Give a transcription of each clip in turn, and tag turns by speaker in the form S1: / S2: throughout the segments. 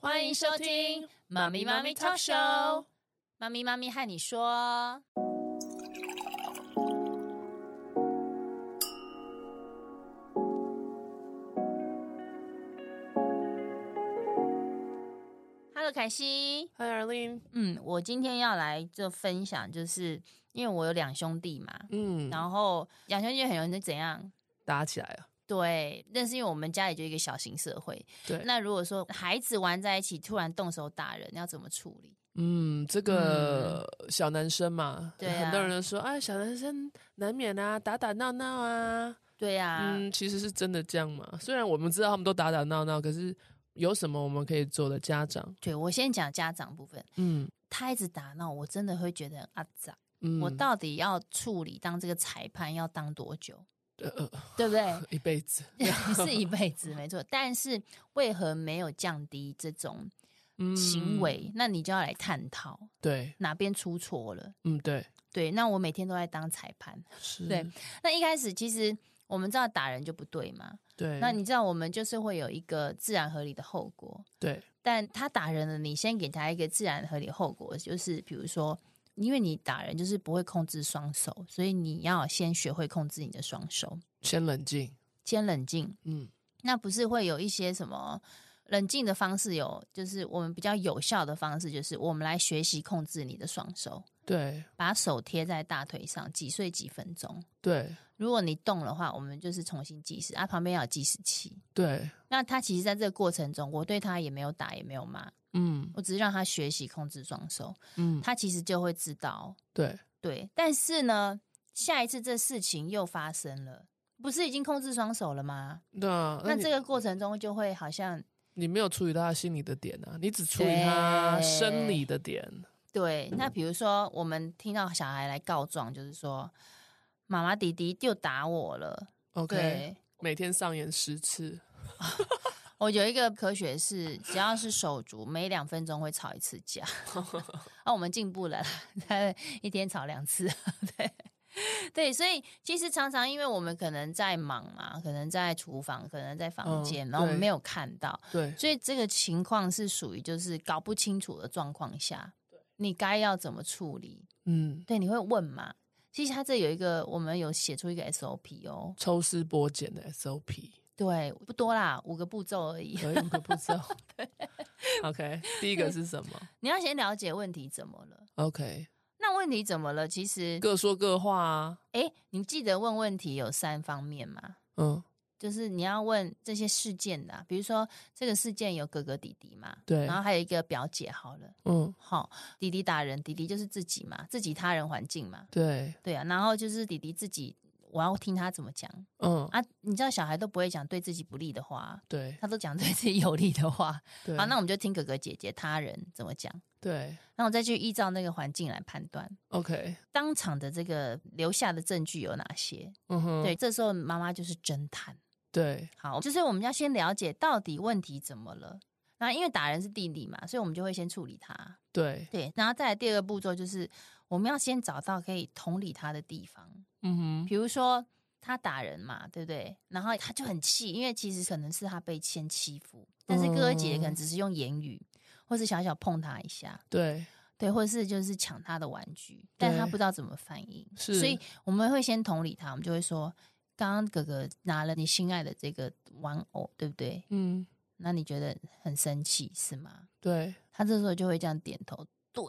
S1: 欢迎收听《妈咪妈咪 Talk Show》，妈咪妈咪和你说。Hello，凯西。
S2: 嗨，Arlene，
S1: 嗯，我今天要来这分享，就是因为我有两兄弟嘛，
S2: 嗯，
S1: 然后两兄弟很容易就怎样？
S2: 打起来了，
S1: 对，但是因为我们家里就一个小型社会，
S2: 对，
S1: 那如果说孩子玩在一起突然动手打人，要怎么处理？
S2: 嗯，这个小男生嘛，
S1: 嗯对啊
S2: 很多人都说，哎，小男生难免啊，打打闹闹啊，
S1: 对呀、
S2: 嗯，其实是真的这样嘛。虽然我们知道他们都打打闹闹，可是有什么我们可以做的？家长，
S1: 对我先讲家长部分，
S2: 嗯
S1: 他一直打闹，我真的会觉得很阿杂。
S2: 嗯，
S1: 我到底要处理当这个裁判要当多久，
S2: 呃呃
S1: 对 不对？
S2: 一辈子，
S1: 是一辈子没错，但是为何没有降低这种
S2: 嗯
S1: 行，为？那你就要来探讨
S2: 对，
S1: 哪边出错了。
S2: 嗯对，嗯
S1: 对，那我每天都在当裁判。
S2: 是，
S1: 对那一开始其实我们知道打人就不对嘛，
S2: 对，
S1: 那你知道我们就是会有一个自然合理的后果，
S2: 对，
S1: 但他打人了，你先给他一个自然合理的后果，就是比如说，因为你打人就是不会控制双手，所以你要先学会控制你的双手，
S2: 先冷静，
S1: 先冷静。
S2: 嗯
S1: 那不是会有一些什么冷静的方式有，就是我们比较有效的方式，就是我们来学习控制你的双手，
S2: 对
S1: 把手贴在大腿上，几岁几分钟。
S2: 对
S1: 如果你动的话，我们就是重新计时啊，旁边要有计时器。
S2: 对，
S1: 那他其实在这个过程中，我对他也没有打，也没有骂，
S2: 嗯
S1: 我只是让他学习控制双手，
S2: 嗯
S1: 他其实就会知道。
S2: 对，
S1: 对，但是呢，下一次这事情又发生了，不是已经控制双手了吗？
S2: 啊哦那
S1: 那
S2: 你
S1: 这个过程中就会好像
S2: 你没有处理到他心理的点啊，你只处理他
S1: 对
S2: 生理的点。
S1: 对。那比如说，我们听到小孩来告状，就是说妈妈弟弟又打我了。
S2: OK，
S1: 对，
S2: 每天上演十次，
S1: 我有一个科学是，只要是手足，每两分钟会吵一次 架。啊，我们进步了啦，在一天吵两次。对对，所以其实常常因为我们可能在忙嘛，可能在厨房，可能在房间，
S2: 嗯
S1: 然后我们
S2: 对
S1: 没有看到，
S2: 对
S1: 所以这个情况是属于就是搞不清楚的状况下，你该要怎么处理？
S2: 嗯，
S1: 对，你会问嘛？其实它这有一个，我们有写出一个 SOP 哦，
S2: 抽丝剥茧的 SOP，
S1: 对，不多啦，五个步骤而已。
S2: 有五个步骤。OK，第一个是什么
S1: 你要先了解问题怎么了。
S2: ？OK，
S1: 那问题怎么了？其实，
S2: 各说各话啊。
S1: 诶，你记得问问题有三方面嘛？
S2: 嗯，
S1: 就是你要问这些事件的啊、比如说这个事件有哥哥弟弟嘛，
S2: 对
S1: 然后还有一个表姐，好了，
S2: 嗯，
S1: 好、弟弟打人，弟弟就是自己嘛，自己他人环境嘛，
S2: 对，
S1: 对啊，然后就是弟弟自己，我要听他怎么讲
S2: 嗯，
S1: 啊，你知道小孩都不会讲对自己不利的话，
S2: 对，
S1: 他都讲对自己有利的话，
S2: 对，
S1: 好，那我们就听哥哥姐姐他人怎么讲，
S2: 对
S1: 然后再去依照那个环境来判断。
S2: ，OK，
S1: 当场的这个留下的证据有哪些？
S2: 嗯哼，
S1: 对，这时候妈妈就是侦探。
S2: 对
S1: 好，就是我们要先了解到底问题怎么了。那因为打人是弟弟嘛，所以我们就会先处理他。
S2: 对，
S1: 对，然后再来第二个步骤就是我们要先找到可以同理他的地方，
S2: 嗯哼，
S1: 比如说他打人嘛，对不对？然后他就很气，因为其实可能是他被先欺负，但是哥哥姐姐可能只是用言语，或是小小碰他一下，
S2: 对
S1: 对，或者是就是抢他的玩具，但
S2: 对
S1: 他不知道怎么反应，
S2: 是
S1: 所以我们会先同理他，我们就会说，刚刚哥哥拿了你心爱的这个玩偶，对不对？
S2: 嗯，
S1: 那你觉得很生气是吗？
S2: 对
S1: 他这时候就会这样点头，对。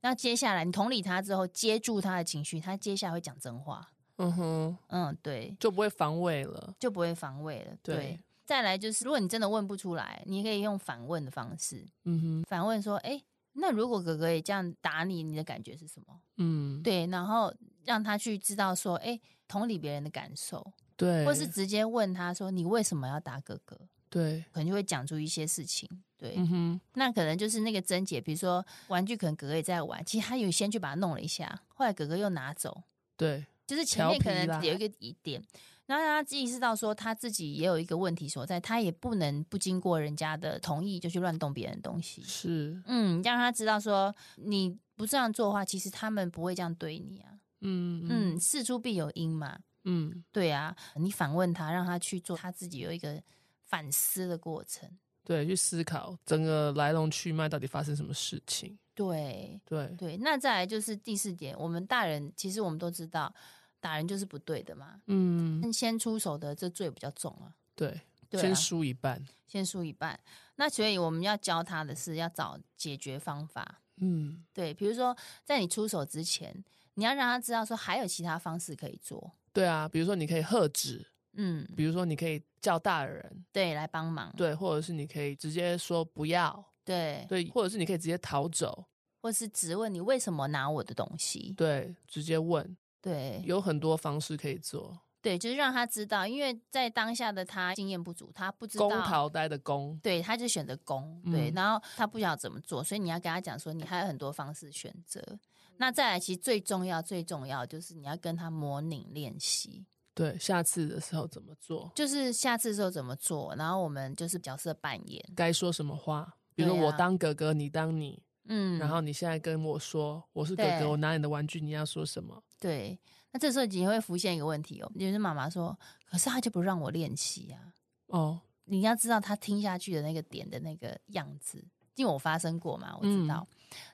S1: 那接下来你同理他之后，接住他的情绪，他接下来会讲真话，
S2: 嗯哼，
S1: 嗯，对，
S2: 就不会防卫了。
S1: 就不会防卫了，对。
S2: 对
S1: 再来就是，如果你真的问不出来，你可以用反问的方式
S2: 嗯哼，
S1: 反问说：“哎，那如果哥哥也这样打你，你的感觉是什么？”
S2: 嗯，
S1: 对，然后让他去知道说，哎，同理别人的感受，
S2: 对，
S1: 或是直接问他说，你为什么要打哥哥？
S2: 对，
S1: 可能就会讲出一些事情。对，
S2: 嗯哼。
S1: 那可能就是那个贞姐，比如说玩具，可能哥哥也在玩，其实他有先去把它弄了一下，后来哥哥又拿走，
S2: 对
S1: 就是前面
S2: 调皮
S1: 可能
S2: 啦
S1: 有一个疑点，然后让他自己意识到说他自己也有一个问题所在，他也不能不经过人家的同意就去乱动别人的东西。
S2: 是，
S1: 嗯，让他知道说你不这样做的话，其实他们不会这样对你啊。
S2: 嗯
S1: 嗯，事出必有因嘛，
S2: 嗯，
S1: 对啊，你反问他，让他去做他自己有一个反思的过程。
S2: 对，去思考整个来龙去脉到底发生什么事情。
S1: 对
S2: 对，
S1: 对，那再来就是第四点，我们大人其实我们都知道，打人就是不对的嘛。
S2: 嗯，
S1: 但先出手的这罪比较重啊，
S2: 对，
S1: 对啊
S2: 先输一半。
S1: 先输一半。那所以我们要教他的是要找解决方法。
S2: 嗯，
S1: 对，比如说在你出手之前，你要让他知道说还有其他方式可以做。
S2: 对啊，比如说你可以喝止，
S1: 嗯，
S2: 比如说你可以叫大人，
S1: 对，来帮忙。
S2: 对，或者是你可以直接说不要，
S1: 对，
S2: 对，或者是你可以直接逃走，
S1: 或是质问你为什么拿我的东西。
S2: 对，直接问，
S1: 对，
S2: 有很多方式可以做。
S1: 对，就是让他知道，因为在当下的他经验不足，他不知道
S2: 公逃呆的公，
S1: 对，他就选择攻，对，
S2: 嗯
S1: 然后他不晓得怎么做，所以你要跟他讲说，你还有很多方式选择。那再来，其实最重要、最重要就是你要跟他模拟练习，
S2: 对，下次的时候怎么做，
S1: 就是下次之后怎么做，然后我们就是角色扮演，
S2: 该说什么话，比如
S1: 对啊
S2: 我当哥哥，你当你，
S1: 嗯，
S2: 然后你现在跟我说我是哥
S1: 对
S2: 哥，我拿你的玩具，你要说什么？
S1: 对，那这时候你会浮现一个问题哦，就是妈妈说，可是他就不让我练习啊，
S2: 哦，
S1: 你要知道他听下去的那个点的那个样子，因为我发生过嘛，我知
S2: 嗯
S1: 道。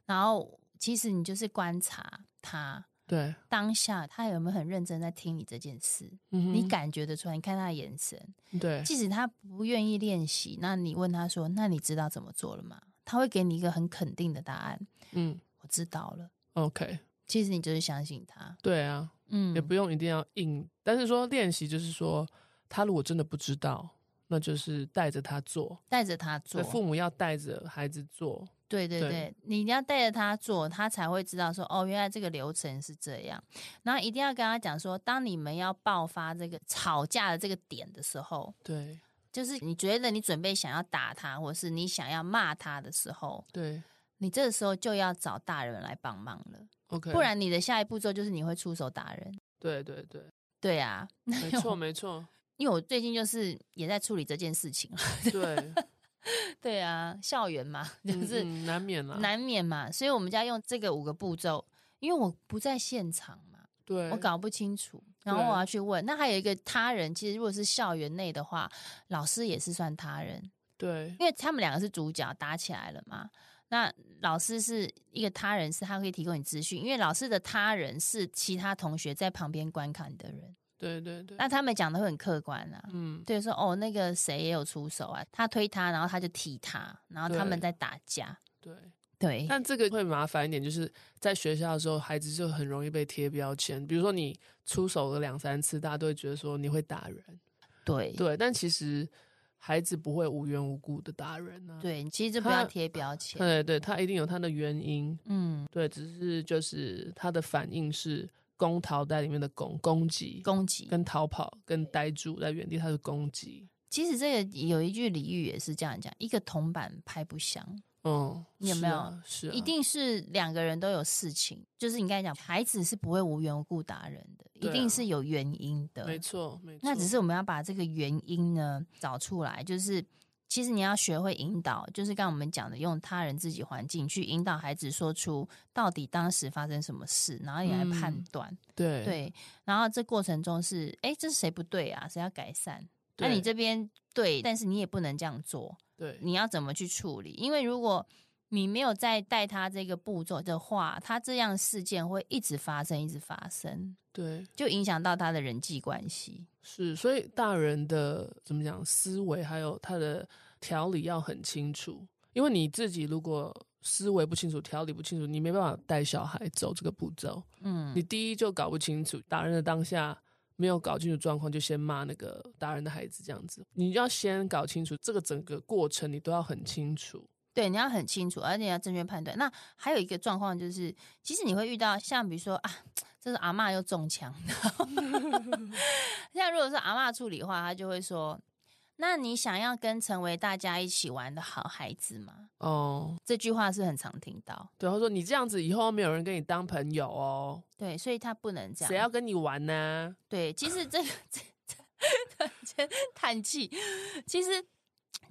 S1: 然后其实你就是观察他，
S2: 对，
S1: 当下他有没有很认真在听你这件事，
S2: 嗯哼
S1: 你感觉得出来。你看他的眼神，
S2: 对
S1: 即使他不愿意练习，那你问他说：“那你知道怎么做了吗？”他会给你一个很肯定的答案：“
S2: 嗯
S1: 我知道了。
S2: ，OK，”
S1: 其实你就是相信他，
S2: 对啊，
S1: 嗯
S2: 也，不用一定要硬，但是说练习就是说，他如果真的不知道，那就是带着他做，
S1: 带着他
S2: 所
S1: 做
S2: 以，父母要带着孩子做，
S1: 对对
S2: 对
S1: 对，你一定要带着他做，他才会知道说哦，原来这个流程是这样。然后一定要跟他讲说，当你们要爆发这个吵架的这个点的时候，
S2: 对
S1: 就是你觉得你准备想要打他，或是你想要骂他的时候，
S2: 对
S1: 你这个时候就要找大人来帮忙了，
S2: ，OK，
S1: 不然你的下一步骤就是你会出手打人。
S2: 对对 对，
S1: 对啊，
S2: 没错没 错，
S1: 因为我最近就是也在处理这件事情。
S2: 对，
S1: 对啊，校园嘛，就
S2: 嗯
S1: 是
S2: 嗯难免啦，
S1: 难免嘛，所以我们家用这个五个步骤，因为我不在现场嘛，
S2: 对，
S1: 我搞不清楚，然后
S2: 嗯对
S1: 我要去问。那还有一个他人，其实如果是校园内的话，老师也是算他人，
S2: 对
S1: 因为他们两个是主角，打起来了嘛。那老师是一个他人，是他可以提供你资讯，因为老师的他人是其他同学在旁边观看的人，
S2: 对对对，
S1: 那他们讲的会很客观啊。
S2: 嗯
S1: 对，说哦，那个谁也有出手啊，他推他，然后他就踢他，然后他们
S2: 对
S1: 在打架。
S2: 对，
S1: 对，
S2: 但这个会麻烦一点，就是在学校的时候，孩子就很容易被贴标签。比如说你出手了两三次，大家都会觉得说你会打人，
S1: 对
S2: 对。但其实孩子不会无缘无故的打人啊，
S1: 对，其实就不要
S2: 他
S1: 贴标签。
S2: 对对，他一定有他的原因，
S1: 嗯，
S2: 对，只是就是他的反应是攻逃呆里面的攻攻击，
S1: 攻击。
S2: 跟逃跑跟呆住在原地，他是攻击，
S1: 其实这个有一句俚语也是这样讲：一个铜板拍不响，
S2: 嗯，
S1: 你有
S2: 是
S1: 没有
S2: 啊是啊
S1: 一定是两个人都有事情。就是你刚才讲，孩子是不会无缘无故打人的，一
S2: 对
S1: 定
S2: 啊
S1: 是有原因的。
S2: 没错没错，
S1: 那只是我们要把这个原因呢找出来，就是其实你要学会引导，就是刚刚我们讲的，用他人、自己环境去引导孩子说出到底当时发生什么事，然后你来判
S2: 嗯
S1: 断、
S2: 对
S1: 对。然后这过程中是，哎，这是谁不对啊？谁要改善？那、
S2: 对
S1: 你这边对，但是你也不能这样做，
S2: 对
S1: 你要怎么去处理？因为如果你没有再带他这个步骤的话，他这样事件会一直发生，一直发生，
S2: 对。
S1: 就影响到他的人际关系。
S2: 是，所以大人的怎么讲思维，还有他的条理要很清楚，因为你自己如果思维不清楚、条理不清楚，你没办法带小孩走这个步骤。
S1: 嗯，
S2: 你第一就搞不清楚，打人的当下没有搞清楚状况，就先骂那个打人的孩子这样子。你要先搞清楚这个整个过程，你都要很清楚。
S1: 对，你要很清楚，而且要正确判断。那还有一个状况就是，其实你会遇到像比如说啊，这是阿嬷又中枪， 像如果是阿嬷处理的话，她就会说：“那你想要跟成为大家一起玩的好孩子吗
S2: 哦，？”
S1: 这句话是很常听到，
S2: 对，他说你这样子以后没有人跟你当朋友哦，
S1: 对，所以他不能这样。
S2: 谁要跟你玩呢、
S1: 对，其实这个这这突然间叹气，其实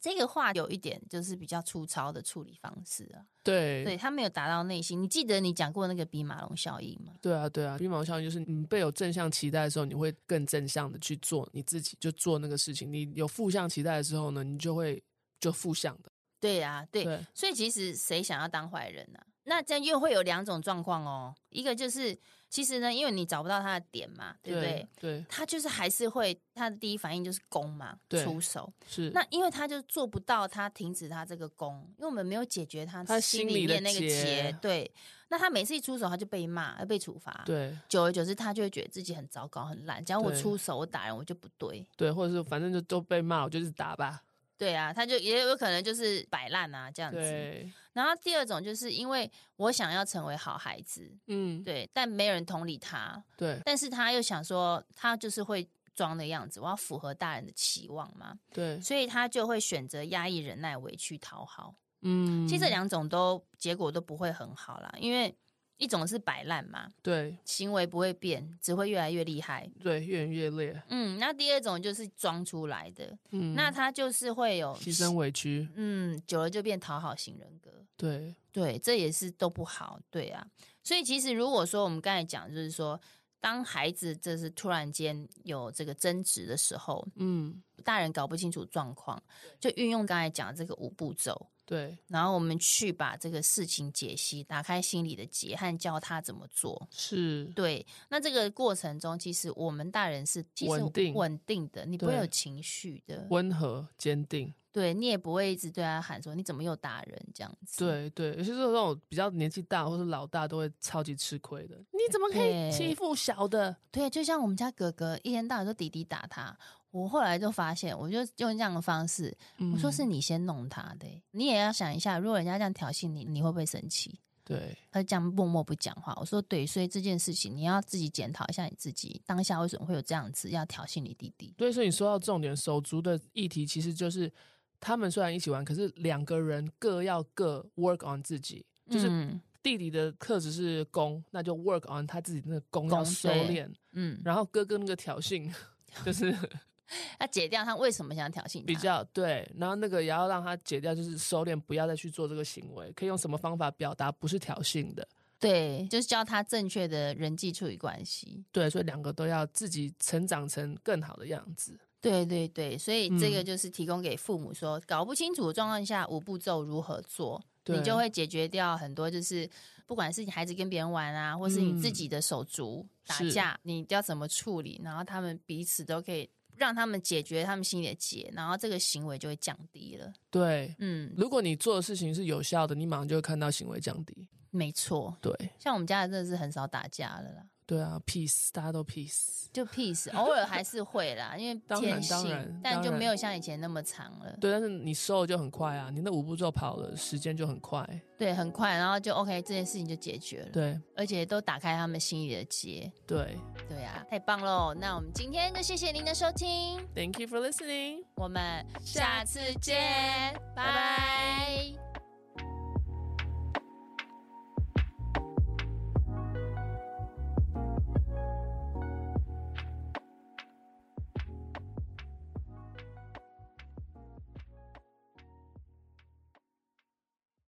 S1: 这个话有一点就是比较粗糙的处理方式啊，
S2: 对
S1: 对他没有达到内心。你记得你讲过那个比马龙效应吗？
S2: 对啊，对啊，冰毛效应就是你被有正向期待的时候，你会更正向的去做你自己，就做那个事情；你有负向期待的时候呢，你就会就负向的。
S1: 对呀、对，
S2: 对，
S1: 所以其实谁想要当坏人呢、那这样又会有两种状况哦，一个就是其实呢，因为你找不到他的点嘛，对不对？
S2: 对，对，
S1: 他就是还是会，他的第一反应就是攻嘛，
S2: 对
S1: 出手。
S2: 是。
S1: 那因为他就做不到，他停止他这个攻，因为我们没有解决他
S2: 他
S1: 心
S2: 心里的
S1: 面那个
S2: 结
S1: 结。对，那他每次一出手，他就被骂，呃被处罚。，
S2: 对
S1: 久而久之，他就会觉得自己很糟糕、很烂。只要我
S2: 对
S1: 出手，我打人，我就不对。
S2: 对，或者是反正就都被骂，我就是打吧。
S1: 对啊，他就也有可能就是摆烂啊这样子。
S2: 对，
S1: 然后第二种就是因为我想要成为好孩子，
S2: 嗯，
S1: 对，但没有人同理他，
S2: 对
S1: 但是他又想说他就是会装的样子，我要符合大人的期望嘛，
S2: 对，
S1: 所以他就会选择压抑、忍耐、委屈、讨好。
S2: 嗯，
S1: 其实这两种都结果都不会很好啦，因为一种是摆烂嘛，
S2: 对
S1: 行为不会变，只会越来越厉害。
S2: 对越演越烈，
S1: 嗯，那第二种就是装出来的，
S2: 嗯，
S1: 那他就是会有
S2: 牺牲委屈，
S1: 嗯，久了就变讨好型人格。
S2: 对
S1: 对，这也是都不好，对啊。所以其实如果说我们刚才讲，就是说，当孩子这是突然间有这个争执的时候，
S2: 嗯，
S1: 大人搞不清楚状况，就运用刚才讲的这个五步骤，
S2: 对，
S1: 然后我们去把这个事情解析，打开心里的结和教他怎么做。
S2: 是，
S1: 对，那这个过程中，其实我们大人是其实
S2: 稳定
S1: 稳定的，你不会
S2: 对
S1: 有情绪的，
S2: 温和坚定，
S1: 对你也不会一直对他喊说你怎么又打人这样子。
S2: 对对，尤其是那种比较年纪大或是老大都会超级吃亏的。你怎么可以欺
S1: 哎对
S2: 负小的？
S1: 对，就像我们家哥哥一天到晚说弟弟打他，我后来就发现，我就用这样的方式，我说
S2: 嗯
S1: 是你先弄他的欸、你也要想一下，如果人家这样挑衅你，你会不会生气？
S2: 对
S1: 他就呃这样默默不讲话。我说对，所以这件事情你要自己检讨一下你自己，当下为什么会有这样子要挑衅你弟弟？
S2: 对，所以你说到重点，手足的议题其实就是他们虽然一起玩，可是两个人各要各 work on 自己，就是
S1: 嗯
S2: 弟弟的特质是攻，那就 work on 他自己那个攻要
S1: 攻
S2: 收
S1: 对
S2: 敛，
S1: 嗯，
S2: 然后哥哥那个挑衅 就是
S1: 要解掉他为什么想挑衅他？
S2: 比较对，然后那个也要让他解掉，就是收敛，不要再去做这个行为，可以用什么方法表达不是挑衅的。
S1: 对，就是教他正确的人际处理关系。
S2: 对，所以两个都要自己成长成更好的样子。
S1: 对对对，所以这个
S2: 嗯
S1: 就是提供给父母说，搞不清楚的状况下五步骤如何做，你
S2: 对
S1: 就会解决掉很多，就是不管是你孩子跟别人玩啊，或是你自己的手足打
S2: 嗯是
S1: 架，你要怎么处理，然后他们彼此都可以让他们解决他们心里的结，然后这个行为就会降低了。
S2: 对，
S1: 嗯，
S2: 如果你做的事情是有效的，你马上就会看到行为降低。
S1: 没错，
S2: 对，
S1: 像我们家的真的是很少打架了啦，
S2: 对啊，peace，大家都 peace。
S1: 就 peace，偶尔还是会啦，因为
S2: 当然
S1: 天
S2: 当然
S1: 性，但
S2: 当
S1: 就
S2: 然
S1: 没有像以前那么长了。
S2: 对，但是你收的就很快啊，你那五步骤跑了，时间就很快。
S1: 对，很快，然后就 OK，这件事情就解决了。
S2: 对
S1: 而且都打开他们心里的结。
S2: 对
S1: 对啊，太棒喽！那我们今天就谢谢您的收听，
S2: ，Thank you for listening。
S1: 我们下次见，拜拜